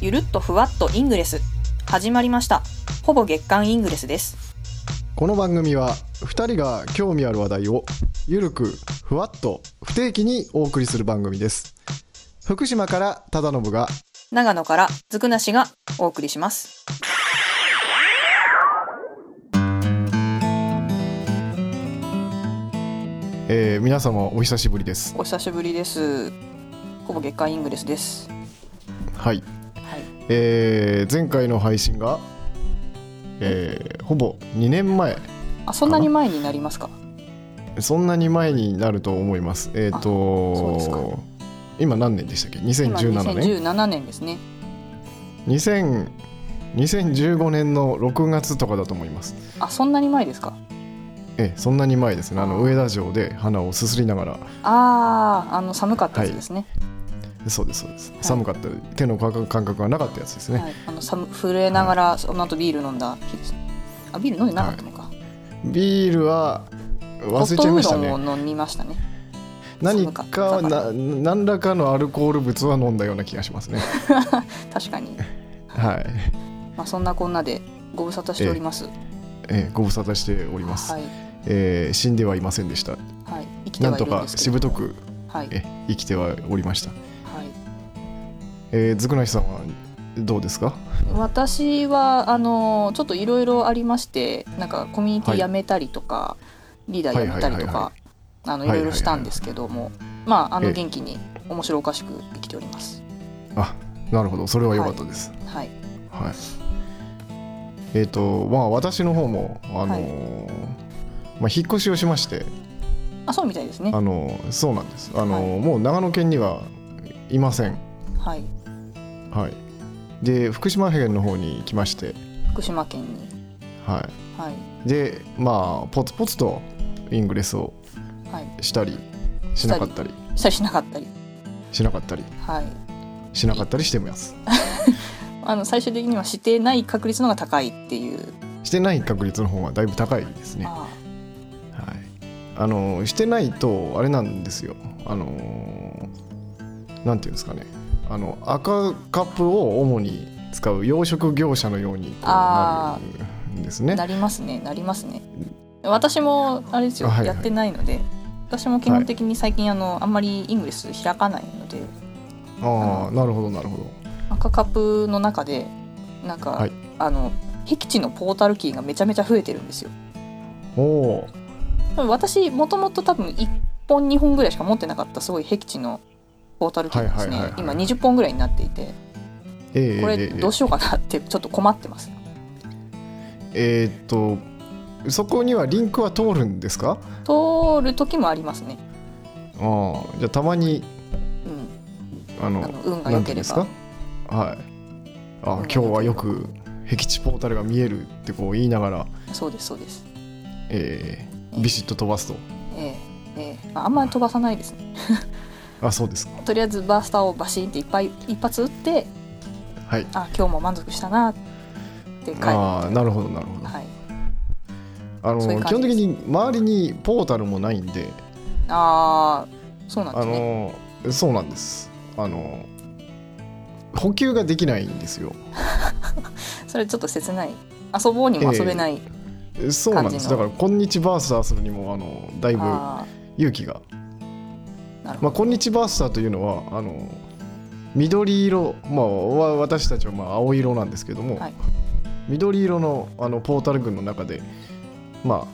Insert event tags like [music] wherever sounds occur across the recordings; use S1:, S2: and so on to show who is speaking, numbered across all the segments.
S1: ゆるっとふわっとイングレス始まりましたほぼ月刊イングレスです
S2: この番組は2人が興味ある話題をゆるくふわっと不定期にお送りする番組です福島から忠信が
S1: 長野からずくなしがお送りします
S2: えー皆様お久しぶりです
S1: お久しぶりですほぼ月刊イングレスです
S2: はい、
S1: はい
S2: えー前回の配信が、えーほぼ2年前
S1: あそんなに前になりますか
S2: そんなに前になると思いますえっ、
S1: あそうですか
S2: と今何年でしたっけ2017年
S1: 2017年ですね
S2: 2000 2015年の6月とかだと思います
S1: あそんなに前ですか
S2: ええそんなに前ですねあ
S1: あ
S2: の
S1: ー
S2: 上田城で花をすすりながら
S1: あーあの寒かったやつですね、
S2: そうですそうです、
S1: い
S2: 寒かった手の感覚感覚がなかったやつです
S1: は
S2: ね、
S1: いあの寒震えながらその後ビール飲んだ日ですあビール飲んでなかったのか、
S2: ビールは
S1: ホ
S2: 忘
S1: ッ
S2: れちゃい
S1: トウ
S2: ま
S1: ー
S2: した
S1: ロ
S2: ね
S1: ンを飲みましたね
S2: 何
S1: 寒か
S2: か
S1: ったか
S2: な何らかのアルコール物は飲んだような気がし
S1: [laughs]
S2: ますね
S1: 確かに、
S2: はい、
S1: まあ、そんなこんなでご無沙汰しております、
S2: ええご無沙汰しております、
S1: はい、
S2: ええ死んではいませんでした
S1: はい、生きて
S2: なん
S1: はい
S2: と
S1: るん
S2: か
S1: ですけ
S2: し
S1: ど
S2: ぶとく、
S1: はい、
S2: ええ生きてはおりました
S1: はい、
S2: えー、ずくなしさんはどうですか
S1: 私はあのちょっといろいろありましてなんかコミュニティ辞めたりとか、リーダー辞めたりと
S2: は
S1: かあのい
S2: は
S1: ろ
S2: い
S1: いろしたんですけども、まああ
S2: え
S1: の
S2: え
S1: 元気に面白おかしく生きております
S2: あなるほどそれは良かったです、
S1: はい
S2: はいえっ、とまあ私の方もあのーまあ、引っ越しをしまして
S1: あそうみたいですね
S2: あのーそうなんですあのー、
S1: は
S2: もう長野県にはいません
S1: はい
S2: はいで福島県の方に来まして
S1: 福島県に
S2: は
S1: はい
S2: いでまあポツポツとイングレスを
S1: はい
S2: したりしなかったり
S1: したりしなかったり
S2: しなかったり
S1: はい
S2: しなかったりしてます
S1: あの最終的にはしてない確率の方が高いっていう、
S2: してない確率の方がだいぶ高いですね
S1: あ
S2: はい、あのしてないとあれなんですよあのなんていうんですかねあの赤カップを主に使う養殖業者のようにこうな
S1: あ
S2: るんです
S1: あ
S2: ね
S1: なりますねなりますね私もあれですよ、
S2: はいはい
S1: やってないので私も基本的に最近あのあんまりイングリス開かないので
S2: ああなるほどなるほど
S1: 赤カップの中でなんか、
S2: はい
S1: あの僻地のポータルキーがめちゃめちゃ増えてるんですよ
S2: おお
S1: 多分私もともと多分1本2本ぐらいしか持ってなかったすごい僻地のポータルキーがですね、
S2: はいはいはいはい
S1: 今20本ぐらいになっていて
S2: ええ
S1: こ
S2: え
S1: れ
S2: ええ
S1: どうしようかなってちょっと困ってます
S2: ええーっとそこにはリンクは通るんですか
S1: 通る時もありますね、
S2: ああじゃあたまに
S1: うん、
S2: あの
S1: あの運が
S2: な
S1: 良
S2: んて
S1: け
S2: いうん
S1: れ
S2: です
S1: ば
S2: かはいあ
S1: 運が良
S2: 今
S1: け
S2: 日
S1: れば
S2: はよく僻地ポータルが見えるってこう言いながら
S1: そうですそうです
S2: えービシッと飛ばすと
S1: ええええまあ、あんまり飛ばさないですね
S2: あそうですか
S1: とりあえずバースターをバシンっていっぱい一発打って
S2: はい
S1: あ今日も満足したなって帰る
S2: ああなるほどなるほど、
S1: はい、
S2: あの
S1: そういう
S2: 基
S1: 感
S2: 本
S1: じで
S2: 的
S1: す
S2: に周りにポータルもないんで
S1: ああそうなんで
S2: あ
S1: すね
S2: のそうなんですあの補給ができないんですよ
S1: それちょっと切ない遊ぼうにも遊べない、
S2: そうなんです
S1: 感じ
S2: だ
S1: の
S2: から今日バースターするにもあのだいぶ
S1: あ
S2: 勇気が
S1: あなるほ
S2: まあ今日バースターというのはあの緑色まあわ私たちはまあ青色なんですけども、
S1: はい
S2: 緑色のあのポータル群の中でま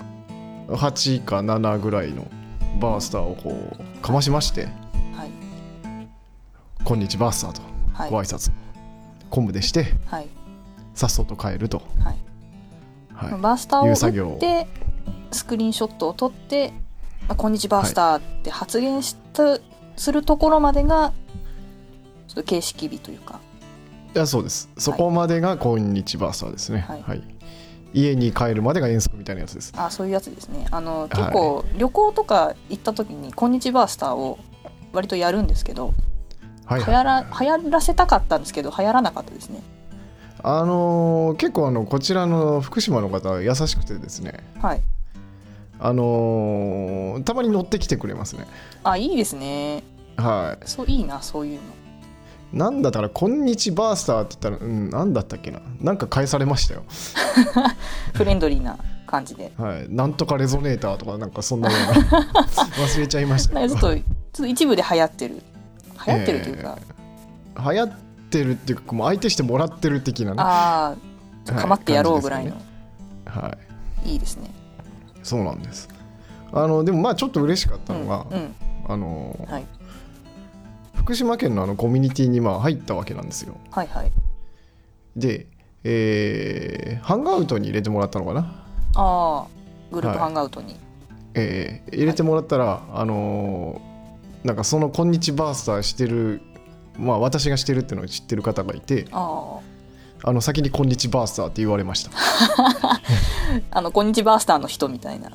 S2: あ8か7ぐらいのバースターをこうかましまして、
S1: どはい
S2: 今日バースターと
S1: はい
S2: ご挨拶昆布でして
S1: はい
S2: さっそと帰ると、
S1: はい
S2: はい
S1: まあバースターを
S2: いう作業
S1: 打ってスクリーンショットを撮って「あこんにちはバースター」って発言した、するところまでがちょっと形式日というか
S2: いやそうですそこまでが今日バースターですね、
S1: はい
S2: 家に帰るまでが遠足みたいなやつです
S1: あそういうやつですねあの
S2: い
S1: 結構、旅行とか行った時に「こんにちはバースター」を割とやるんですけど
S2: は
S1: 流
S2: い、
S1: 行ら流行らせたかったんですけど流行らなかったですね
S2: あのー結構あのこちらの福島の方優しくてですね
S1: はい
S2: あのーたまに乗ってきてくれますね
S1: あいいですね
S2: は
S1: そういいなそういうの
S2: いなんだだから「こんにちバースター」って言ったらうんなんだったっけななんか返されましたよ
S1: フレンドリーな感じで
S2: はいなんとかレゾネーターとかなんかそんなよ
S1: [laughs]
S2: うな忘れちゃいました
S1: なん
S2: け
S1: か
S2: ど
S1: ちょっとちょっと一部で流行ってる流行ってるというか、
S2: 流行ってるっていうかもう相手してもらってる的なね
S1: ああ
S2: はい
S1: かまってやろうぐらいの、
S2: 感はい
S1: いいですね
S2: そうなんですあのでもまあちょっと嬉しかったのが、
S1: うんうん
S2: あの
S1: はい
S2: 福島県のあのコミュニティにまあ入ったわけなんですよ
S1: はいはい
S2: で、えーハンガーアウトに入れてもらったのかな、
S1: ああグループ
S2: はい
S1: ハンガアウトに、
S2: えー入れてもらったら、あのーなんかその「こんにちバースター」してるまあ私がしてるっていうのを知ってる方がいて
S1: あ
S2: あの先に「こんにちバースター」って言われました
S1: ああの「こんにちバースター」の人みたいな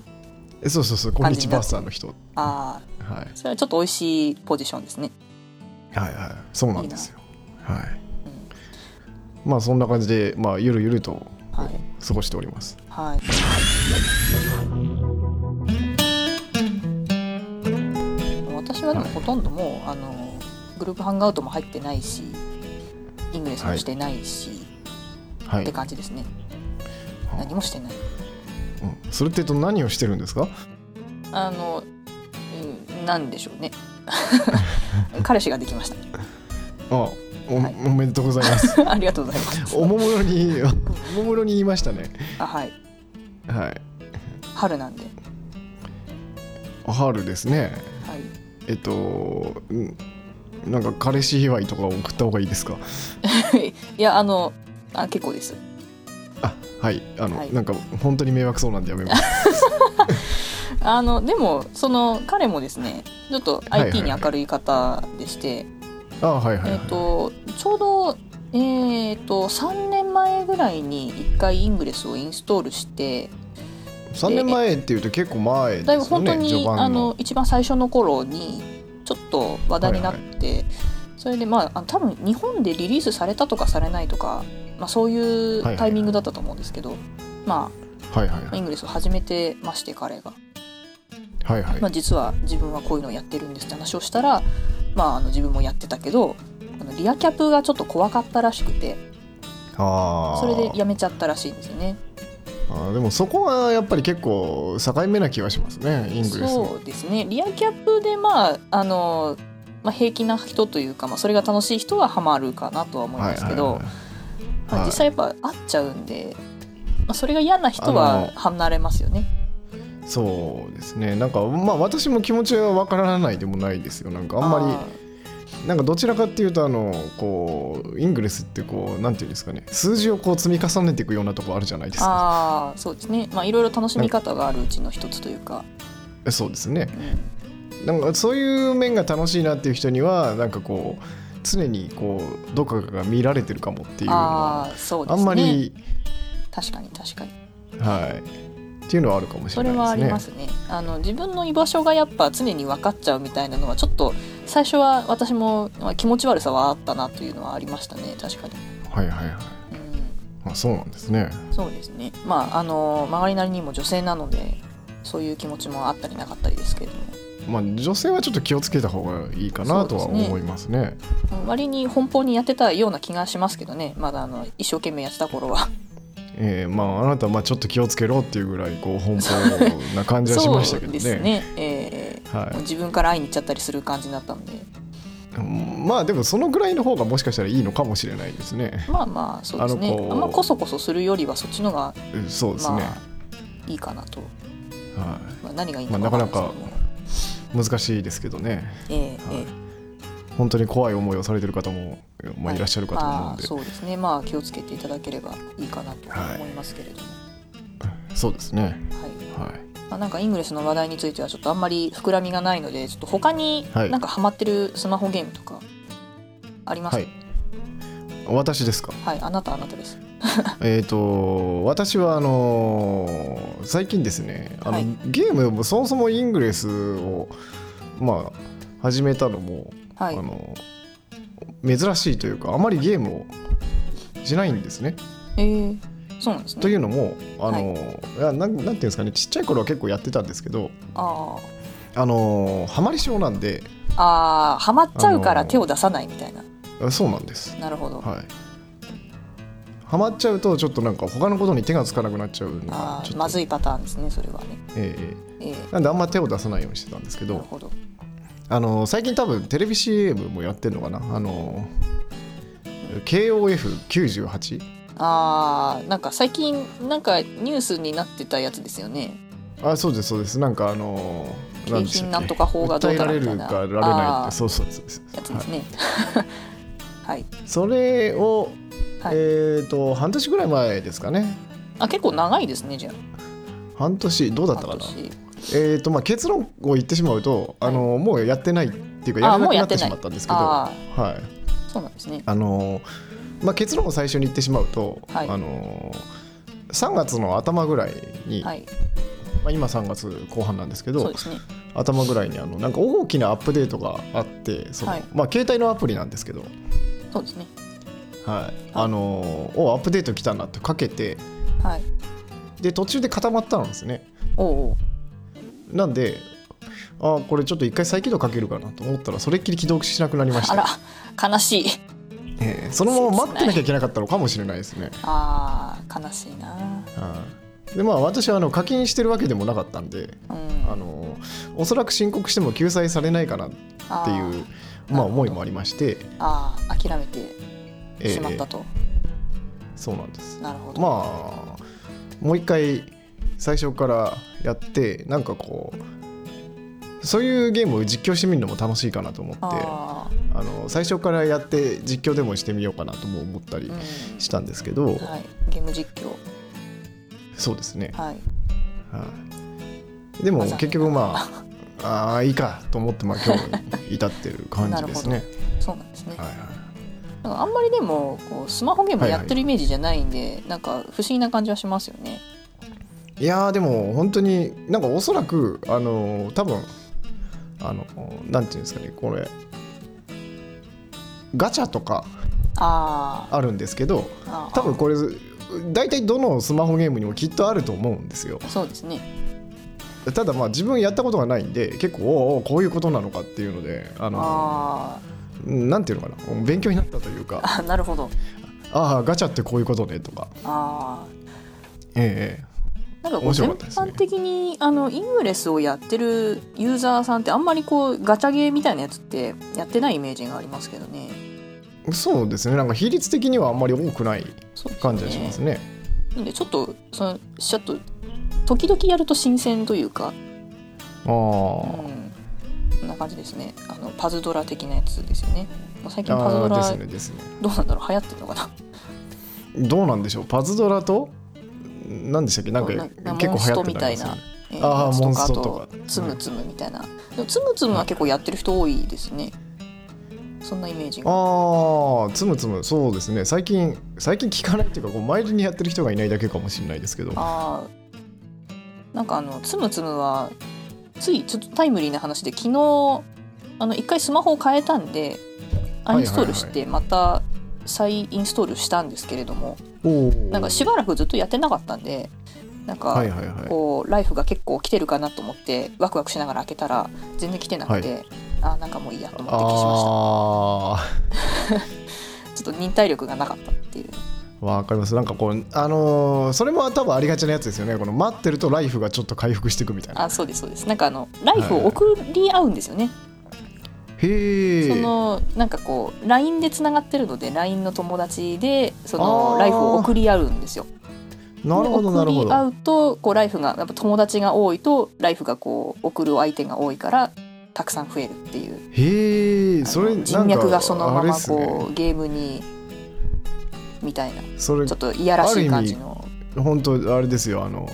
S2: えそうそうそう「こんにちバースター」の人、はい
S1: ああ
S2: はい
S1: それはちょっと美味しいポジションですね
S2: はいそうなんですよはい、まあそんな感じで、まあ、ゆるゆると
S1: はい
S2: 過ごしております
S1: はい私はでもほとんどもうあのグループハンガアウトも入ってないしイングレスもしてないし、
S2: は
S1: っ
S2: い
S1: て、感じですね
S2: は
S1: 何もしてない
S2: うんそれってえっと何をしてるんですか
S1: あの、うん、なんでしょ
S2: [laughs]
S1: うね彼氏ができまし
S2: あお,、
S1: はい
S2: おめでとうございます
S1: たありがとうございます
S2: [laughs] おもむろにおもむろに言いましたね
S1: あはい
S2: はい
S1: 春なんで、
S2: 春ですね
S1: はい、
S2: えっとうんなんか彼氏祝いとか送った方がいいですか
S1: い [laughs] やあのあ結構です
S2: あはいあの、
S1: はい
S2: なんか本当に迷惑そうなんでやめます
S1: あのでもその彼もですねちょっと
S2: はいはい
S1: IT に明るい方でして、
S2: あはいはい、はい
S1: えっ、とちょうどえっ、と3年前ぐらいに1回イングレスをインストールして
S2: 3年前っていうと結構前ですよね
S1: だいぶ本当に、
S2: 序盤の
S1: あの一番最初の頃にちょっと話題になって、それでまああ多分日本でリリースされたとかされないとか、まあ、そういう
S2: はいはい
S1: タイミングだったと思うんですけど、ま
S2: はいはい
S1: あ
S2: は
S1: イ
S2: い
S1: ングレスを始めてまして彼が、
S2: はいはい
S1: まあ、実は自分はこういうのをやってるんですって話をしたら、まあ、あの自分もやってたけどあのリアキャプがちょっと怖かったらしくて
S2: あー
S1: それでやめちゃったらしいんですよね。
S2: あーでもそこはやっぱり結構境目な気がしますねイングレスの
S1: そうですねリアキャップでまああの、まあ、平気な人というか、まあ、それが楽しい人はハマるかなとは思いますけど、
S2: はいはいはい
S1: ま
S2: は
S1: あ、
S2: い
S1: 実際やっぱ合っちゃうんで、まあ、それが嫌な人
S2: あ
S1: は
S2: の
S1: 離れますよね。
S2: そうですねなんかまあ私も気持ちはわからないでもないですよなんかあんまりなんかどちらかっていうとあのこうイングレスってこうなんていうんですかね数字をこう積み重ねていくようなとこあるじゃないですか
S1: ああそうですねまあいろいろ楽しみ方があるうちの一つというか、
S2: そうですね
S1: うん
S2: なんかそういう面が楽しいなっていう人にはなんかこう常にこうどこかが見られてるかもっていうのは
S1: ああそうで
S2: あ
S1: すね
S2: んまり、
S1: 確かに確かに
S2: はいっていうのはあるかもし
S1: そ
S2: れな
S1: れ
S2: い
S1: はあ
S2: ですね
S1: りますねあの自分の居場所がやっぱ常に分かっちゃうみたいなのはちょっと最初は私もまあ気持ち悪さはあったなというのはありましたね確かに、
S2: はいはいはい
S1: うん、
S2: あそうなんですね
S1: そうですねまああの曲がりなりにも女性なのでそういう気持ちもあったりなかったりですけれど
S2: まあ女性はちょっと気をつけた方がいいかなとは
S1: そうですね
S2: 思いますね
S1: も割に奔放にやってたような気がしますけどねまだあの一生懸命やってた頃は
S2: えーまああなたはまあちょっと気をつけろっていうぐらいこう奔放な感じはしましたけどね
S1: [laughs] そうですね、えーもう
S2: は
S1: 自分から会いに行っちゃったりする感じになったので
S2: い、まあでもそのぐらいの方がもしかしたらいいのかもしれないですね
S1: まあまあそうですね
S2: あのこう
S1: あんまこそこそするよりはそっちのが
S2: うんそうですね、
S1: まあいいかなと、
S2: は
S1: まあ、何がいい
S2: まあ
S1: のかわんないです
S2: い、難しいですけどね
S1: けどもええ
S2: はい
S1: え
S2: 本当に怖い思いをされてる方も、まあ、
S1: はい
S2: いらっしゃる
S1: え
S2: かと思うん
S1: まあ
S2: で、
S1: そうですねまあ気をつけていただければいいかなと思いますけれども、
S2: そうですね
S1: はい
S2: はい
S1: まあ、なんかイングレスの話題についてはちょっとあんまり膨らみがないのでちょっと他に
S2: はい
S1: なんかハマってるスマホゲームとかあります
S2: は
S1: はい
S2: い、私ですか
S1: あなたあなたです
S2: えっと私はあのー最近ですねあの、
S1: はい
S2: ゲームもそもそもイングレスをまあ始めたのも
S1: はい
S2: あの珍しいというかあまりゲームをしないんですね。
S1: えー、そうなんです
S2: とい
S1: ね
S2: うのもあの、いやなんなんていうんですかねちっちゃい頃は結構やってたんですけど
S1: あ
S2: あのハマり症なんで
S1: ーあーハマっちゃうか
S2: あ
S1: ら
S2: のー
S1: 手を出さないみたいな
S2: あそうなんです
S1: なるほど、
S2: はいハマっちゃうとちょっとなんか他のことに手がつかなくなっちゃうのが
S1: あ
S2: ちょっ
S1: あ
S2: と
S1: まずいパターンですねそれはね
S2: えええ
S1: え
S2: えなんであんま手を出さないようにしてたんですけ
S1: えなる
S2: ど
S1: ほど
S2: あの最近多分テレビ CM もやってるのかなあの KOF98
S1: ああなんか最近なんかニュースになってたやつですよね
S2: あそうですそうですなんかあの
S1: 景品なんとか法がどうだ
S2: ら
S1: ら
S2: れ
S1: みた
S2: る
S1: いな
S2: かやられないっ
S1: あ
S2: て
S1: ー
S2: そうそうそうです
S1: やつですねはい、
S2: それを、
S1: はい
S2: えっ、と半年ぐらい前ですかね
S1: あ結構長いですねじゃ
S2: 半年どう
S1: あ
S2: だったかな
S1: 半年
S2: えーとまあ、結論を言ってしまうと、あのもうやってないっていうかや
S1: あ
S2: らな
S1: もう
S2: くな
S1: や
S2: っ
S1: ってて
S2: し
S1: ない
S2: まったんですけど
S1: あ
S2: はい
S1: あそうなんですね
S2: あのまあ、結論を最初に言ってしまうと、
S1: はい
S2: あの3月の頭ぐらいに、
S1: はい
S2: まあ、今3月後半なんですけ
S1: そう
S2: ど
S1: ですね
S2: 頭ぐらいにあのなんか大きなアップデートがあってその、
S1: はい
S2: まあ、携帯のアプリなんですけど、
S1: そうですね
S2: はい、あのおアップデート来たなってかけて
S1: はい
S2: で途中で固まったんですね。
S1: おうおう
S2: なんであーこれちょっと一回再起動かけるかなと思ったらそれっきり起動しなくなりまし
S1: あ
S2: た
S1: ら悲しい
S2: ええそのまま待ってなきゃいけなかったのかもしれないですね。
S1: あー悲しいな
S2: はいでまあ私はあの課金してるわけでもなかったんで
S1: うん
S2: あのおそらく申告しても救済されないかなって
S1: あ
S2: いう
S1: ー
S2: まあ、
S1: なるほど
S2: 思いもありまして、
S1: あー諦めて
S2: え
S1: しまった
S2: え
S1: と、
S2: そうなんです。
S1: なるほど、
S2: まあもう一回最初からやってなんかこうそういうゲームを実況してみるのも楽しいかなと思ってあ
S1: あ
S2: の最初からやって実況でもしてみようかなとも思った
S1: ー
S2: り
S1: う
S2: したんですけど、
S1: んはいゲーム実況
S2: そうですね
S1: はい
S2: はい、でも
S1: まあ残念
S2: 結局ま
S1: [laughs]
S2: ああーいいかと思ってまあ今日に至ってる感じですね。
S1: そう [laughs] なんですね、
S2: はいはい、
S1: なんかあんまりでもこうスマホゲームやってるイメージじゃないんで、なんか不思議な感じはしますよね。
S2: いやーでも本当になんかおそらくあのー多分あのーなんていうんですかねこれガチャとか
S1: あー
S2: あるんですけど
S1: あー
S2: 多分これ大体どのスマホゲームにもきっとあると思うんですよ
S1: そうですね。
S2: ただまあ自分やったことがないんで結構おうおうこういうことなのかっていうのであの
S1: あ
S2: うんなんていうのかな勉強になったというか
S1: ーあなるほど。
S2: ああガチャってこういうことねとか
S1: あ
S2: え
S1: ーなんかこ
S2: 面
S1: う
S2: 白
S1: 全
S2: かったですね
S1: 般的にあのイングレスをやってるユーザーさんってあんまりこうガチャゲーみたいなやつってやってないイメージがありますけどね。
S2: えそうですねなんか比率的にはあんまり多くない
S1: そうですね
S2: 感じがしますね
S1: なんでちょっとそのちょっと時々やると新鮮というか、
S2: ああ
S1: うん、こんな感じですね。あのパズドラ的なやつですよね。もう最近パズ
S2: あ
S1: ド
S2: あです
S1: ラ
S2: ねですね
S1: どうなんだろう流行ってるのか
S2: [laughs]
S1: な。
S2: どうなんでしょうパズドラと何でしたっけなんか
S1: な
S2: 結
S1: な
S2: 構流行
S1: モン
S2: ってた
S1: ストみたいな
S2: やつ
S1: えー
S2: あー
S1: やつ
S2: モンストとか
S1: あとつむつむみたいな、でもつむつむは結構やってる人多いですねそんなイメージが
S2: ああつむつむそうですね最近最近聞かないっていうかこうマイルにやってる人がいないだけかもしれないですけど
S1: あーなんかあのつむつむはついちょっとタイムリーな話で昨日あの一回スマホを変えたんでアンインストールし
S2: はい
S1: てまた再インストールしたんですけれども、
S2: おお
S1: なんかしばらくずっとやってなかったんでなんか、
S2: はいはいはい
S1: こうライフが結構来てるかなと思ってワクワクしながら開けたら全然来てなくて、あーなんかもういいやと思って消しました
S2: ああ
S1: ちょっと忍耐力がなかったっていう。
S2: わかりますなんかこうあのーそれも多分ありがちなやつですよねこの待ってるとライフがちょっと回復していくみたいな
S1: あ、そうですそうです。なんかあのライフを送り合うんですよね。
S2: へえ
S1: そのなんかこう LINE でつながってるので LINE の友達でその
S2: あー
S1: ライフを送り合うんですよ。
S2: なるほどなる
S1: で
S2: ほ
S1: 送り合
S2: ど
S1: うとこうライフがやっぱ友達が多いとライフがこう送る相手が多いからたくさん増えるっていう。
S2: へえそれ
S1: あ
S2: なん
S1: の
S2: か
S1: 人脈がそのま
S2: あれっ
S1: ますこ
S2: ね
S1: うゲームにみたいなち
S2: それ
S1: ょっといやらしい感じの。
S2: 本当あれですよあの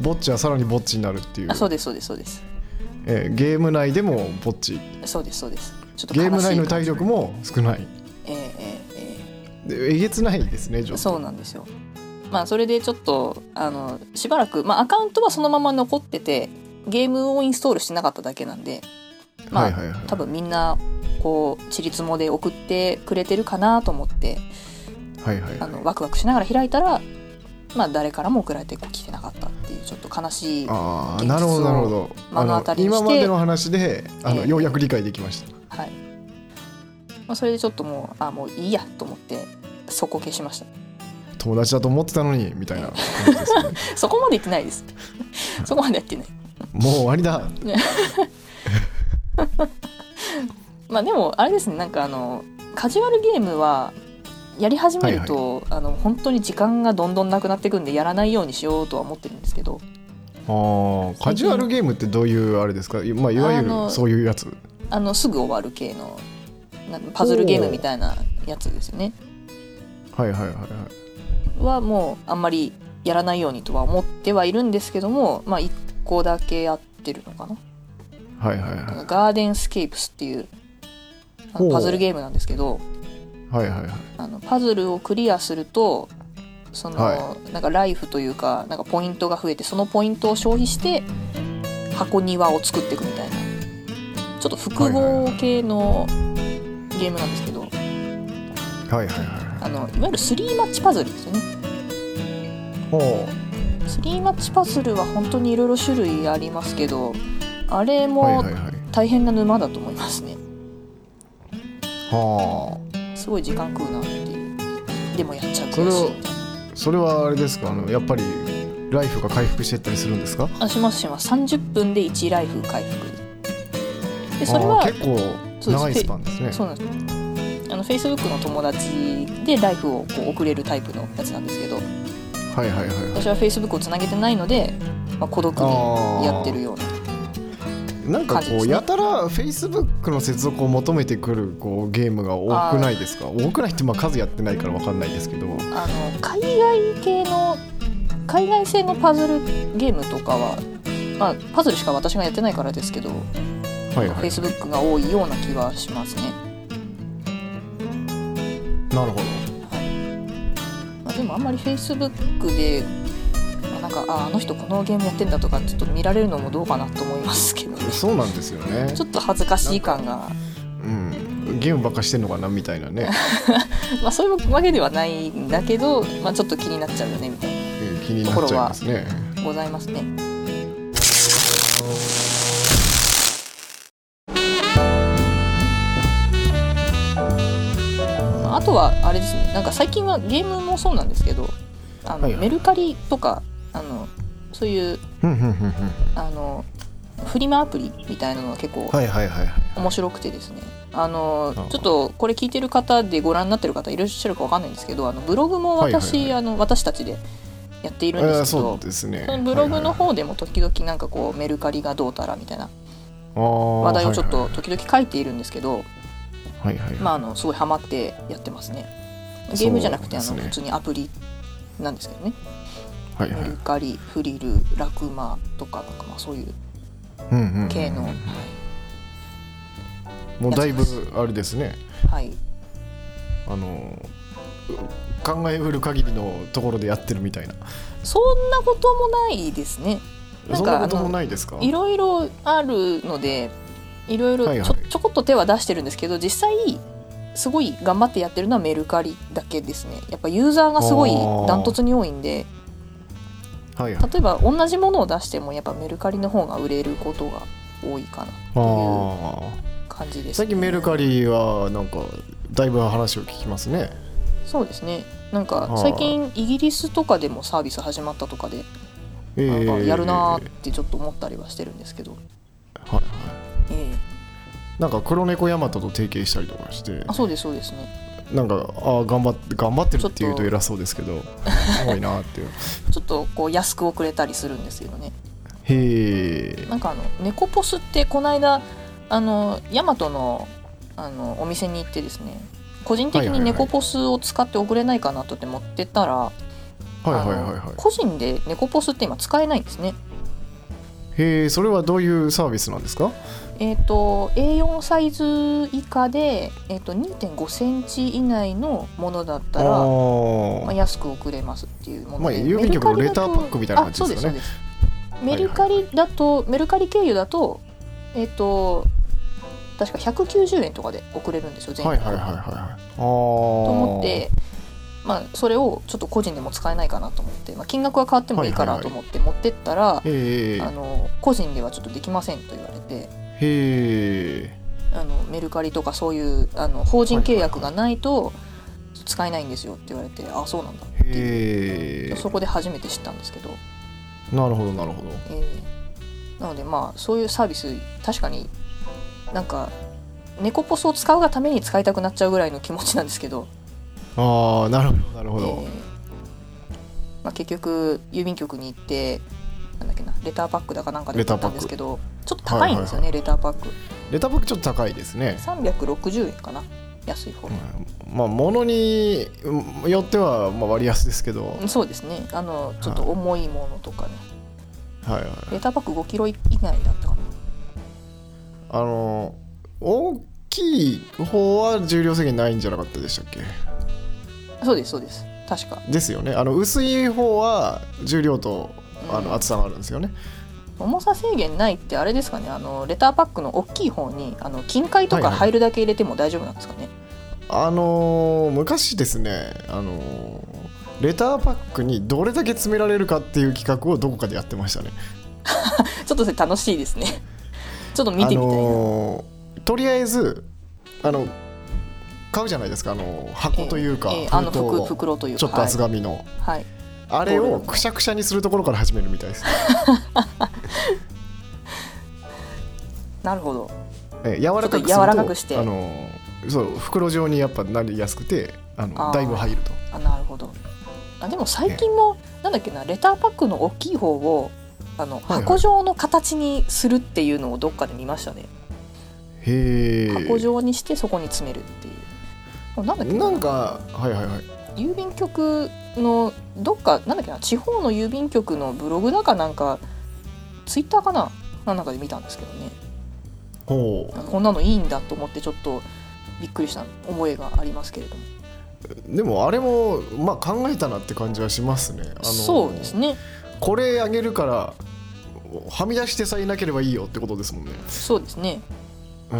S2: ぼっちはさらにぼっちになるっていう
S1: あ、そうですそうですそうです。
S2: えーゲーム内でもぼっち
S1: そうですそうです。ちょっと悲し
S2: ゲ
S1: い
S2: ーム内の
S1: 感
S2: 体
S1: じ
S2: 力。も少ない
S1: ええええええ
S2: でえげつないですねちょっと
S1: そうなんですよまあそれでちょっとあのしばらく、まあ、アカウントはそのまま残っててゲームをインストールしてなかっただけなんでまあ、
S2: はいはいはい
S1: 多分みんなこうちりつもで送ってくれてるかなと思って
S2: はいはい
S1: あ
S2: はい
S1: のワクワクしながら開いたらまあ誰からも送られてこう来てなかったっていうちょっと悲しい、は
S2: ああ
S1: 現実を
S2: なるほどなるほど
S1: 目の当
S2: あ
S1: た
S2: の
S1: りにして
S2: 今までの話であの、
S1: ええ
S2: ようやく理解できました
S1: い、まあ、それでちょっともうあもういいやと思ってそこ消しました
S2: 友達だと思ってたのにみたいな感じですよね
S1: そこまで言ってないです
S2: [laughs]
S1: そこまでやってない
S2: もう終わりだ
S1: まあでもあれですねなんかあのカジュアルゲームはやり始めると、あの本当に時間がどんどんなくなっていくんでやらないようにしようとは思ってるんですけど
S2: あーカジュアルゲームってどういうあれですか、まあ、いわゆ
S1: あの
S2: るそういうやつ
S1: あのすぐ終わる系のなんかパズルゲームみたいなやつですよね
S2: はいはいはいはい
S1: はもうあんまりやらないようにとは思ってはいるんですけどもまあ1個だけやってるのかな
S2: はいは
S1: な
S2: い
S1: ん
S2: は
S1: かガーデンスケープスっていうあ
S2: ほ
S1: の
S2: う
S1: パズルゲームなんですけど
S2: いはいはいはい
S1: あのパズルをクリアするとその、
S2: は
S1: なんかライフというかなんかポイントが増えてそのポイントを消費して箱庭を作っていくみたいなちょっと複合系のゲームなんですけど、
S2: はいはいはい
S1: あのいわゆる3マッチパズルですよね
S2: おお
S1: 3マッチパズルは本当にいろいろ種類ありますけどあれ
S2: はい
S1: も
S2: はいはい
S1: 大変な沼だと思いますね
S2: は
S1: すごい時間食うなっていうでもやっちゃう
S2: それ
S1: 悔し
S2: を
S1: いみたいな
S2: あそれはあれですかあのやっぱりライフが回復してったりするんですか
S1: あしますします30分で1ライフ回復でそれ
S2: あ
S1: は
S2: ー結構長いスパンですね
S1: そうなんですあの Facebook の友達でライフをこう送れるタイプのやつなんですけど
S2: はいはいはいはい
S1: 私は Facebook をつなげてないので、まあ、孤独に
S2: あー
S1: やってるような
S2: なんか
S1: 感じで
S2: こ
S1: す
S2: う
S1: ね
S2: やたら Facebook の接続を求めてくるこうゲームが多くないですか多くないってまあ数やってないからわかんないですけど
S1: あの海外系の海外製のパズルゲームとかは、まあ、パズルしか私がやってないからですけど、
S2: はいはい
S1: Facebook が多いような気はしますね、
S2: なるほど
S1: はいまあ、でもあんまり Facebook で、まあ、なんかああの人このゲームやってんだとかちょっと見られるのもどうかなと思いますけど [laughs] ち
S2: そうなんですよね
S1: ょっと恥ずかしい感が、
S2: うんゲームばっかしてんのかなみたい
S1: [laughs]
S2: なね
S1: まあ、そういうわけではないんだけど、まあ、ちょっと気になっちゃうよねみたいな
S2: うん気になっちゃいますね
S1: のございますね。あとはあれですねなんか最近はゲームもそうなんですけどあの、
S2: はいはい
S1: メルカリとかあのそういう
S2: ふんふんふんふん
S1: あのフリマアプリみたいなのが結構
S2: はいはいはいはい
S1: 面白くてですねあの
S2: ああ
S1: ちょっとこれ聞いてる方でご覧になってる方いらっしゃるかわかんないんですけどあのブログも私、
S2: はいはいは
S1: あの私たちでやっているん
S2: あ
S1: で
S2: ー
S1: すけ
S2: そ
S1: ど
S2: うですね
S1: そのブログの
S2: はい
S1: 方でも時々なんかこうメルカリがどうたらみたいな
S2: はいはい
S1: 話題をちょっ
S2: あ
S1: と
S2: ー
S1: 時々書いているんですけど
S2: はいはいはいはい
S1: まああのすごいハマってやってますねゲームじゃなくてあ
S2: そ
S1: の
S2: うです
S1: 普通
S2: ね
S1: にアプリなんですけどね
S2: はいは
S1: メ
S2: い
S1: ルカリフリルラクマとかなんかまあそういう
S2: うんうんうん
S1: 系のはい
S2: もうだいぶあれですね
S1: はい
S2: あの考えうる限りのところでやってるみたいな
S1: そんなこともないですねなんか
S2: そんなこともないですか
S1: いろいろあるのでいろいろちょ,、
S2: はいはい
S1: ちょこっと手は出してるんですけど実際すごい頑張ってやってるのはメルカリだけですねやっぱユーザーがすごい
S2: あー
S1: ダントツに多いんで
S2: はいはい
S1: 例えば同じものを出してもやっぱメルカリの方が売れることが多いかな
S2: あ
S1: と
S2: ー
S1: いう感じです、
S2: 最近メルカリはなんかだいぶ話を聞きますね
S1: そうですねなんか
S2: あー
S1: 最近イギリスとかでもサービス始まったとかで、
S2: え
S1: あ
S2: ー
S1: まあやるなーってちょっと思ったりはしてるんですけど、
S2: はいはい
S1: ええ
S2: なんか黒猫ヤマトと提携したりとかして
S1: あそうですそうですね
S2: なんかああ頑張って頑張ってるってい
S1: ちょ
S2: うと
S1: っと
S2: 偉そうですけどすごいなーっていう
S1: ちょっとこう安く遅れたりするんですけどね
S2: へえ
S1: なんかあの猫ポスってこの間あのヤマトのあのお店に行ってですね個人的
S2: はいは
S1: に
S2: いはい
S1: 猫ポスを使って送れないかなとって持ってったら、
S2: はいはいはい
S1: あ
S2: は
S1: の個人で猫ポスって今使えないんですね。
S2: いへえそれはどういうサービスなんですか
S1: えっ、と A4 サイズ以下で、えー、と2.5センチ以内のものだったら、まあ、
S2: あ
S1: 安く送れますっていうもので、
S2: まあ郵便局のレターパックみたいな感じ
S1: メ
S2: で
S1: ルカリだとあそうですそうですメルカリだ
S2: すよね
S1: と、メルカリ経由だとえっ、と確か190円とかで送れるんですよ
S2: あ
S1: 全
S2: はい
S1: 部
S2: はいはいはいはいああと
S1: と思
S2: 思
S1: ってまあそれをちょっと個人でも使えないかなと思って、まあ、金額は変わってもいいかなと思って持ってったら、
S2: へえ
S1: あの個人ではちょっとできませんと言われて
S2: へえ
S1: あのメルカリとかそういうあの法人契約がないと使えないんですよって言われて、あそうなんだっていう
S2: へ
S1: そこで初めて知ったんですけど、
S2: えなるほどなるほど
S1: えーなのでまあそういうサービス確かになんか猫ポスを使うがために使いたくなっちゃうぐらいの気持ちなんですけど
S2: ああなるほどなるほ
S1: えー
S2: ど、
S1: まあ、結局郵便局に行ってなんだっけなレターパックだかなんかで
S2: レ
S1: 買
S2: ター
S1: った
S2: パッ
S1: ん
S2: ク
S1: ですけどちょっと高いんですよね、レターパック
S2: レターパックちょっと高いですね
S1: 360円かな安い方、
S2: まあ物にうんよってはまあ割安ですけど、はい
S1: そうですねあのちょっと重いものとかね
S2: はい
S1: レターパック5キロ以内だったかな
S2: あの大きい方は重量制限ないんじゃなかったでしたっけ
S1: そうですそうです確か
S2: ですよねあの薄い方は重量とあ
S1: うん
S2: の厚さがあるんですよね、
S1: 重さ制限ないってあれですかねあのレターパックの大きい方にあの金塊と
S2: はいは
S1: か
S2: い
S1: 入るだけ入れても大丈夫なんですかね、 [laughs]
S2: あのー昔ですねあのーレターパックにどれだけ詰められるかっていう企画をどこかでやってましたね
S1: ちょっとそれ楽しいですね [laughs] ちょっと見てみたいな、
S2: あのーとりあえずあの買うじゃないですかあの箱というか、
S1: ええええあの
S2: 封筒
S1: 袋袋というか
S2: ちょっと厚紙の、
S1: はい
S2: あれをくしゃくしゃにするところから始めるみたいです、
S1: なるほど
S2: ええ柔らかくす
S1: ちょっ
S2: ると
S1: と柔らかくして
S2: あのそう袋状にやっぱなりやすくてあの
S1: あー
S2: だいぶ入ると
S1: あなるほどあでも最近も、なんだっけなレターパックの大きい方をあの
S2: はい
S1: 箱状の形にするっていうのをどっかで見ましたね、
S2: へえ
S1: 箱状にしてそこに詰めるっていうなんだっけ
S2: なんかはいはいはい
S1: 郵便局のどっかなんだっけな地方の郵便局のブログだかなんかツイッターかななんかで見たんですけどね
S2: ほ
S1: あこんなのいいんだと思ってちょっとびっくりした覚えがありますけれども
S2: うでもあれもまあ考えたなって感じはしますね、あの
S1: そうですね
S2: これあげるからはみ出してさえいなければいいよってことですもんね、
S1: そうですね
S2: は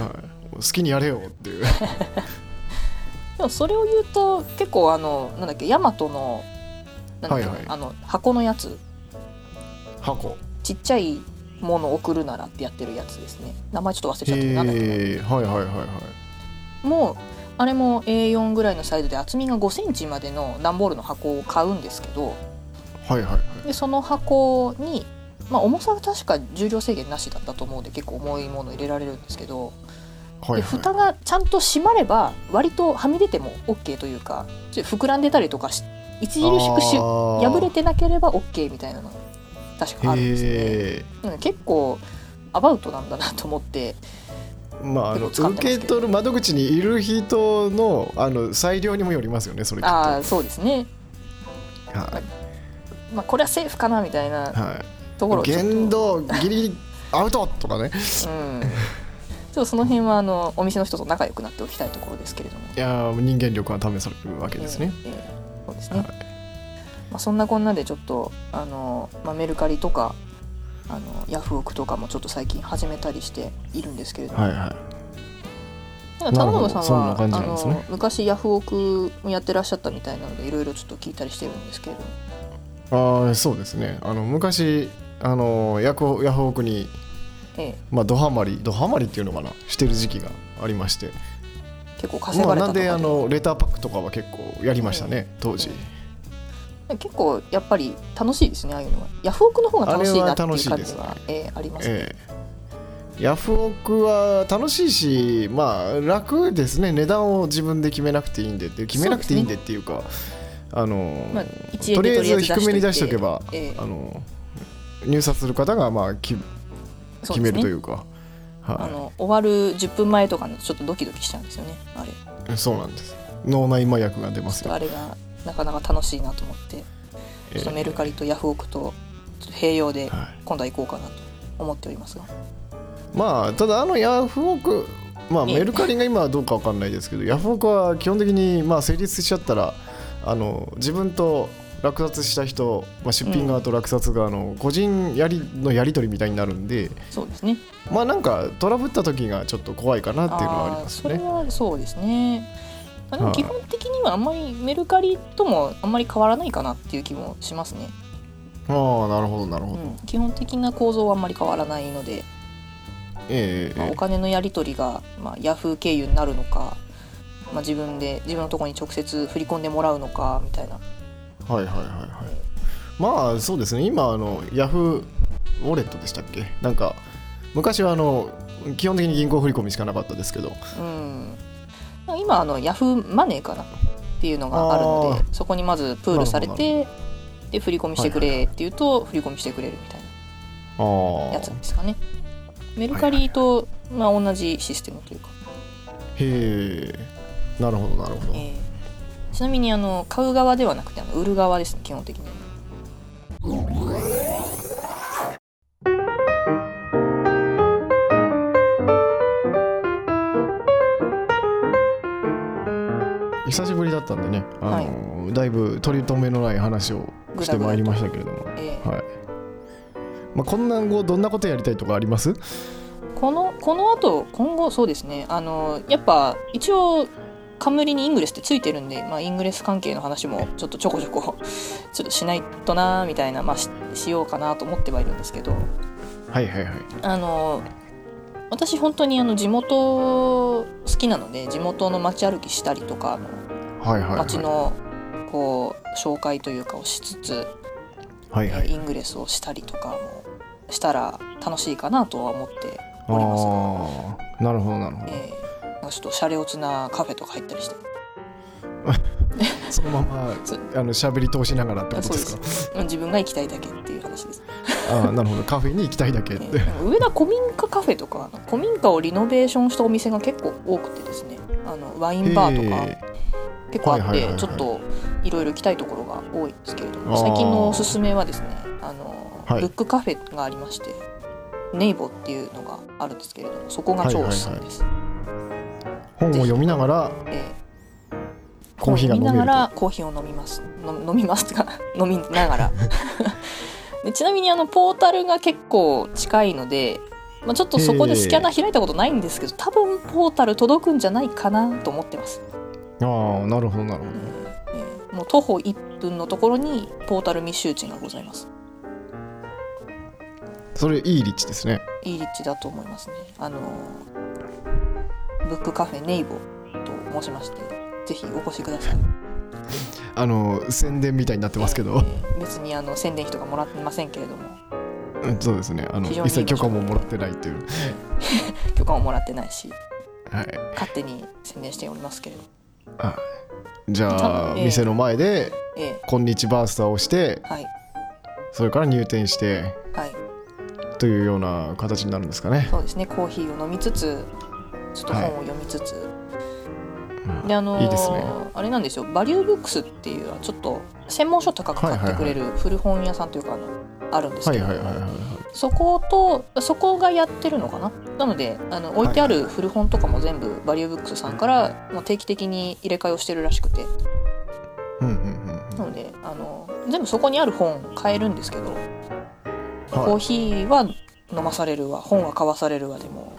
S2: い、好きにやれよっていう
S1: でもそれを言うと結構あのなんだっけヤマトのなんだっけ、
S2: はいはい
S1: あの箱のやつ
S2: 箱
S1: ちっちゃいもの送るならってやってるやつですね名前ちょっと忘れちゃったけどなんだっけ
S2: へえはいはいはいはい
S1: もうあれも A4 ぐらいのサイズで厚みが5センチまでの段ボールの箱を買うんですけど
S2: はいはいはい
S1: でその箱に、まあ、重さが確か重量制限なしだったと思うんで結構重いもの入れられるんですけど、
S2: はいはい
S1: で蓋がちゃんと閉まれば割とはみ出ても OK というかちょっと膨らんでたりとかし著しくし破
S2: 破
S1: れてなければ OK みたいなのが確かあるんですよね。
S2: へえ
S1: うん結構アバウトなんだなと思って
S2: まああの
S1: 結構使ってますけど
S2: 受け取る窓口にいる人のあの裁量にもよりますよねそれきっと
S1: あ
S2: は
S1: あそうですね、
S2: い、は
S1: まあ、これはセーフかなみたいないところをちょっと
S2: 限度ギリギリアウトとかね
S1: うん、ちょっとその辺はあのお店の人と仲良くなっておきたいところですけれども
S2: いやー人間力が試されるわけですね、
S1: えーえーそうですね、
S2: はい
S1: まあ、そんなこんなでちょっとあの、まあ、メルカリとかあのヤフオクとかもちょっと最近始めたりしているんですけれども、
S2: はいはい
S1: なんか田
S2: なる
S1: 信
S2: ほど
S1: さん
S2: そん
S1: は
S2: な感じ
S1: あ
S2: なんですね
S1: の昔ヤフオクもやってらっしゃったみたいなのでいろいろちょっと聞いたりしてるんですけれども
S2: ああそうですねあの昔あのヤクヤフオクに、
S1: え
S2: まあ、ドハマりドハマりっていうのかなしてる時期がありまして
S1: え結構稼
S2: ま
S1: が
S2: あ、
S1: れたと
S2: なん
S1: かで
S2: であのレターパックとかは結構やりましたね当時、
S1: うん結構やっぱり楽しいですねああいうのはヤフオクの方が楽しいなっていう感じ
S2: あ
S1: は
S2: れは楽しいですね
S1: ええありますね、
S2: ええヤフオクは楽しいしまあ楽ですね値段を自分で決めなくていいんでって決めなくていいんでっていうかあの、
S1: まあ一円で
S2: とりあえず
S1: とりあえず出しといて
S2: 低めに出しておけば、
S1: ええ
S2: あの入札する方がまあき
S1: そう
S2: 決
S1: で
S2: め
S1: すね
S2: るというかはい
S1: あの終わる10分前とかのちょっとドキドキしちゃうんですよねあれ
S2: そうなんです脳内麻薬が出
S1: ち
S2: ま
S1: ょっ
S2: す
S1: と
S2: よ
S1: あれがなかなか楽しいなと思ってちょっとメルカリとヤフオクとちょっと併用で
S2: はい
S1: 今度は行こうかなと思っておりますが、
S2: まあただあのヤフオクまあ
S1: ええ
S2: メルカリが今はどうかわかんないですけどヤフオクは基本的にまあ成立しちゃったらあの自分と落札した人、まあ、出品側と落札側の個人やりのやり取りみたいになるんで、
S1: そうですね
S2: まあなんかトラブった時がちょっと怖いかなっていうのはあり
S1: ー
S2: ます
S1: それ
S2: ね。
S1: はそうですねあでも
S2: はい
S1: 基本的にはあんまりメルカリともあんまり変わらないかなっていう気もしますね、
S2: ああなるほどなるほ
S1: う
S2: ど。
S1: ん、基本的な構造はあんまり変わらないので
S2: ええ
S1: まあ、お金のやり取りが、まあ、ヤフー経由になるのか、まあ、自分で自分のところに直接振り込んでもらうのかみたいな
S2: はいはいはいはいまあそうですね今あのヤフーウォレットでしたっけなんか昔はあの基本的に銀行振り込みしかなかったですけど
S1: うん今あのヤフーマネーかなっていうのがあるのでそこにまずプールされてで振り込みしてくれって言うと振り込みしてくれるみたい
S2: あ
S1: なやつ
S2: ー
S1: ですかねメルカリと、まあ、同じシステムというか、
S2: へえなるほどなるほど
S1: えーちなみにあの買う側ではなくてあの売る側ですね基本的に
S2: 久しぶりだったんでねあの、だいぶ取り留めのない話をしてまいりましたけれども
S1: えー
S2: はいまあ、こんなん後どんなことやりたいとかあります
S1: このこの後今後そうですねあのやっぱ一応冠にイングレスってついてるんで、まあ、イングレス関係の話もちょっとちょこちょこ [laughs] ちょっとしないとなみたいな、まあ、ししようかなと思ってはいるんですけど
S2: はいはいはい
S1: あの私本当にあの地元好きなので地元の街歩きしたりとかあの
S2: はいはい
S1: 街
S2: は
S1: のこう紹介というかをしつつ、
S2: いはいはい
S1: えイングレスをしたりとかもしたら楽しいかなとは思って
S2: あ
S1: おりますが。
S2: ーなるほどなるほど
S1: えーなんかちょっとシャレオツなカフェとか入ったりして
S2: [laughs] そのまま
S1: そう
S2: あの喋り通しながらってことですか
S1: うん自分が行きたいだけっていう話です、
S2: ああなるほどカフェに行きたいだけっ
S1: えー
S2: て
S1: なんか上田古民家カフェとかあの古民家をリノベーションしたお店が結構多くてですねあのワインバーと
S2: へ
S1: か
S2: え
S1: 結構あっ
S2: はいはいはいは
S1: て
S2: い
S1: ちょっといろいろ行きたいところが多いですけれど
S2: あ
S1: も
S2: ー
S1: 最近のおすすめはですねあの、
S2: はい
S1: ブックカフェがありましてネイボっていうのがあるんですけれどもそこが超おすすめです、
S2: 本を読みながら
S1: えー
S2: コーヒーが飲め
S1: 飲
S2: る
S1: み
S2: と
S1: ながらコーヒーを飲みますの飲みますが [laughs] 飲みながら [laughs] でちなみにあのポータルが結構近いので、まあ、ちょっとそこでスキャナー開いたことないんですけど多分ポータル届くんじゃないかなと思ってます、
S2: ああなるほどなるほ
S1: えーもう徒歩1分のところにポータル未周知がございます
S2: どそれいい立地ですね
S1: いい立地だと思いますねあのーブックカフェネイボと申しましてぜひお越しください
S2: あの宣伝みたいになってますけ
S1: え
S2: ど、
S1: ー別にあの宣伝費とかもらってませんけれども
S2: うんそうですねあの
S1: 非常
S2: 一
S1: にいい
S2: 切許可ももらってないっていう
S1: 許可ももらってないし
S2: はい
S1: 勝手に宣伝しておりますけれども、
S2: あじゃあ、
S1: ええ
S2: 店の前で
S1: ええ
S2: 「こんにちバースター」をして
S1: はい
S2: それから入店して
S1: はい
S2: というような形になるんですかね。
S1: そうですねコーヒーを飲みつつちょっと本を読みつつ、
S2: うん
S1: であのー
S2: いいですね。
S1: あれなんですよバリューブックスっていうちょっと専門書高く買ってくれる古本屋さんというかあのあるんです
S2: は
S1: け
S2: い
S1: ど、
S2: はいはいはいはい。
S1: そことそこがやってるのかななのであの置いてある古本とかも全部バリューブックスさんからもう定期的に入れ替えをしてるらしくて
S2: うんうんうん
S1: なのであの全部そこにある本買えるんですけど、
S2: はい
S1: コーヒーは飲まされるわ本は買わされるわでも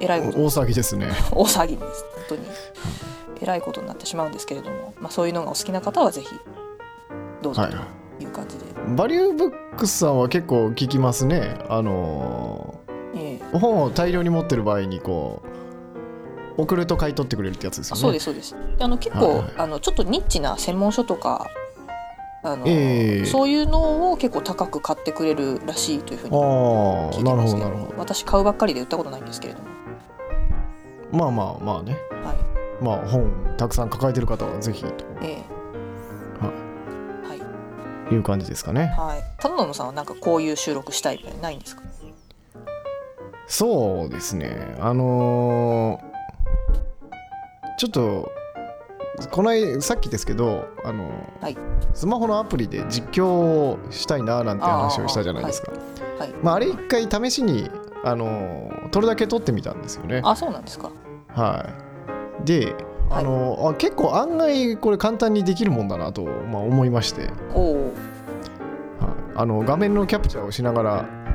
S1: えらいこと
S2: お大騒ぎですね。
S1: 大騒ぎです本当にえらいことになってしまうんですけれども、まあ、そういうのがお好きな方はぜひどうぞ
S2: はい
S1: という感じで、
S2: バリューブックスさんは結構聞きますね。あの
S1: ええ
S2: ー本を大量に持ってる場合にこう送ると買い取ってくれるってやつですよ
S1: あ
S2: ね。。
S1: そうですすそうですであの結構、
S2: はい
S1: あのちょっとニッチな専門書とかあの、
S2: ええ
S1: そういうのを結構高く買ってくれるらしいというふう
S2: あ
S1: に聞い
S2: あな
S1: て
S2: る
S1: ま
S2: ほ
S1: す
S2: ど
S1: け
S2: な
S1: ど
S2: るほど。
S1: 私買うばっかりで売ったことないんですけれども、
S2: まあまあまあね。
S1: はい
S2: まあ本たくさん抱えてる方はぜひと
S1: ええはい
S2: いう感じですかね。
S1: はい、田野さんはなんかこういう収録したいみたいなのないんですか
S2: そうですねあのーちょっとこの間さっきですけど、あのー
S1: はい
S2: スマホのアプリで実況をしたいななんて話をしたじゃないですか
S1: いはい
S2: まあ、あれ一回試しに、あのー撮るだけ撮ってみたんですよね
S1: あそうなんですか
S2: はいで、あのーあ結構案外これ簡単にできるもんだなと、まあ、思いまして、はい、
S1: おお
S2: あの画面のキャプチャーをしながら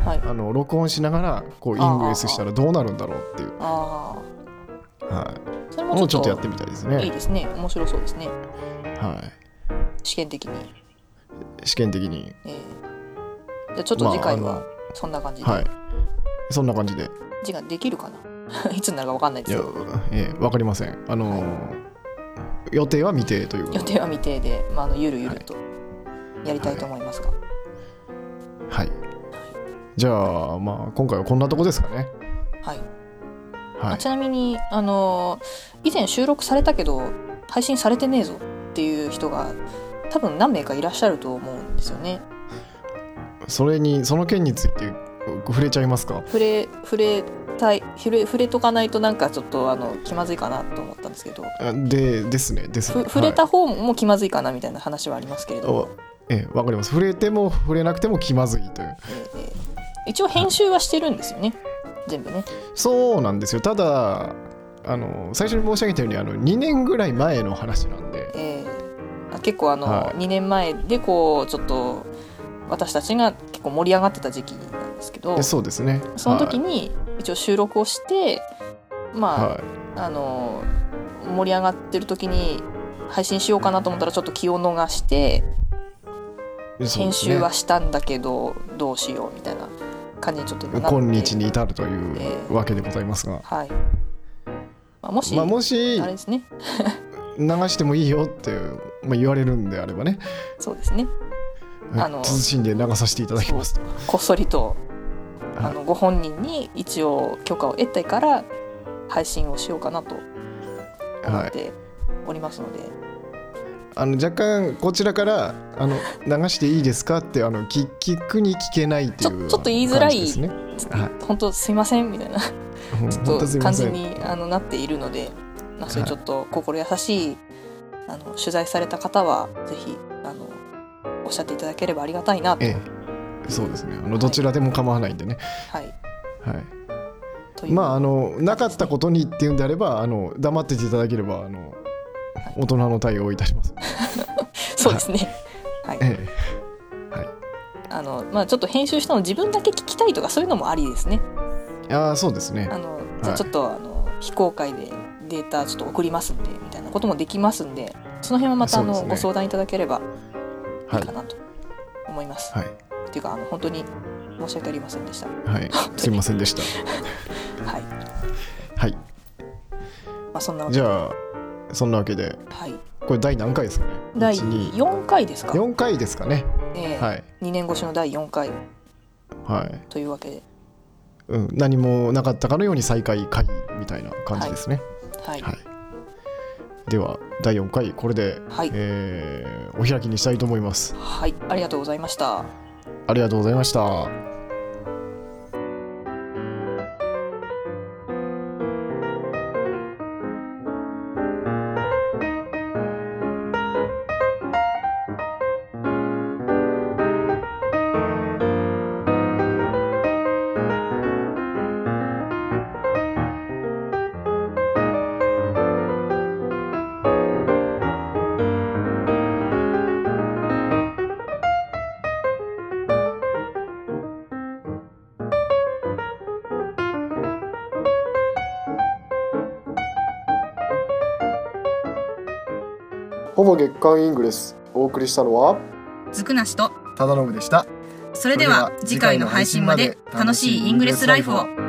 S1: はい
S2: あの録音しながらこうイングレスしたらどうなるんだろうっていう、
S1: あ
S2: はい、
S1: あそれ
S2: も
S1: も
S2: う
S1: ち
S2: ち
S1: ょ
S2: ょ
S1: っと
S2: っとやってみたいです
S1: いい
S2: ね。
S1: ですね面白そうですね
S2: は
S1: 試験的に、
S2: い。試験的に。
S1: えー、じゃあちょっと次回はそんな感じで、
S2: まああのはい。そんな感じで
S1: 字ができるかな [laughs] いつになるか分かんないで
S2: い
S1: す
S2: や
S1: けど、
S2: えーわかりませんあのー予定は未定ということ
S1: 予
S2: で
S1: 定は未定で、まあ、あのゆるゆるとやりたいと思いますが、
S2: はいじゃあまあ今回はこんなとこですかね
S1: はい
S2: は
S1: あ
S2: い
S1: ちなみにあの以前収録されたけど配信されてねえぞっていう人が多分何名かいらっしゃると思うんですよね
S2: それにその件について触れちゃいますか
S1: 触れ触れたい触れ触れとかないとなんかちょっとあの気まずいかなと思ったんですけど
S2: あでですねです
S1: ふ
S2: ね
S1: 触れ
S2: は
S1: た方も気まずいかなみたいな話はありますけれ
S2: い
S1: ど、
S2: おえーわかります触れても触れなくても気まずいという
S1: えーえー一応編集はしてるんですよね全部ね
S2: そうなんですよただあの最初に申し上げたようにあの2年ぐらい前の話なんで
S1: えーあ結構あの、
S2: はい
S1: 2年前でこうちょっと私たちが結構盛り上がってた時期なんですけど
S2: えそうですね
S1: その時に一応収録をして、
S2: はい、
S1: まあ、
S2: はい
S1: あの盛り上がってる時に配信しようかなと思ったらちょっと気を逃して
S2: そうで
S1: 編
S2: す
S1: 集
S2: ね
S1: はしたんだけどどうしようみたいな感じにちょっと今なって
S2: 今日に至ると
S1: え
S2: いう
S1: え
S2: わけでございますが、
S1: はい、まあ、もし,、
S2: まあ、もし
S1: あれですね
S2: 流してもいいよって、まあ、言われるんであればね
S1: そうですねあの
S2: 慎んで流させていただきますと
S1: こっそりと
S2: はい
S1: あのご本人に一応許可を得てから配信をしようかなと思
S2: は
S1: っ
S2: い、
S1: ておりますので、
S2: あの若干こちらからあの流していいですかってあの聞聞くに聞けないっていう
S1: ちょちょっと言いづらい
S2: 感じですね、は
S1: 本当すいませんみたいな
S2: うん
S1: ちょっ
S2: 本当す
S1: と
S2: いま
S1: 感
S2: せ
S1: じ
S2: ん
S1: にあのなっているので、まあ、そういう
S2: はい
S1: ちょっと心優しい、あの取材された方はぜひあのおっしゃっていただければありがたいなと、
S2: ええそうですねあのどちらでも構わないんでね、
S1: はい、
S2: はい、
S1: という
S2: まああのなかったことにっていうんであればあの黙ってていただければあの大人の対応をいたします。
S1: そうですね。 [laughs] はい、
S2: え
S1: あのまあちょっと編集したの自分だけ聞きたいとかそういうのもありですね。
S2: え、ああそうですね
S1: あ。のじゃ
S2: は
S1: あ
S2: い
S1: ちょっと、あの非公開でデータちょっと送りますんでみたいなこともできますんで、その辺はまたあの、
S2: そうですね
S1: ご相談いただければいい
S2: はい
S1: かなと思います。
S2: はい
S1: っていうかあの本当に申し訳ありませんでした。
S2: はいすいませんでした。
S1: はい、ま
S2: はい
S1: あそんなわけ
S2: じ
S1: で
S2: ゃあそんなわけで
S1: はい。
S2: これ第何回ですかね。
S1: 第
S2: 一二
S1: 4回ですか、
S2: 四回ですかね。
S1: ええ
S2: はい
S1: 2年越しの第4回
S2: はい。
S1: というわけで、
S2: うん何もなかったかのように再開会みたいな感じですね。
S1: はい
S2: はい。では第四回これで、
S1: はい
S2: えーお開きにしたいと思います。
S1: はい、ありがとうございました。
S2: ありがとうございました。ほぼ月刊イングレスお送りしたのは
S1: ずくなしと
S2: 忠信でした。
S1: そ
S2: れでは次回の配信まで楽しいイングレスライフを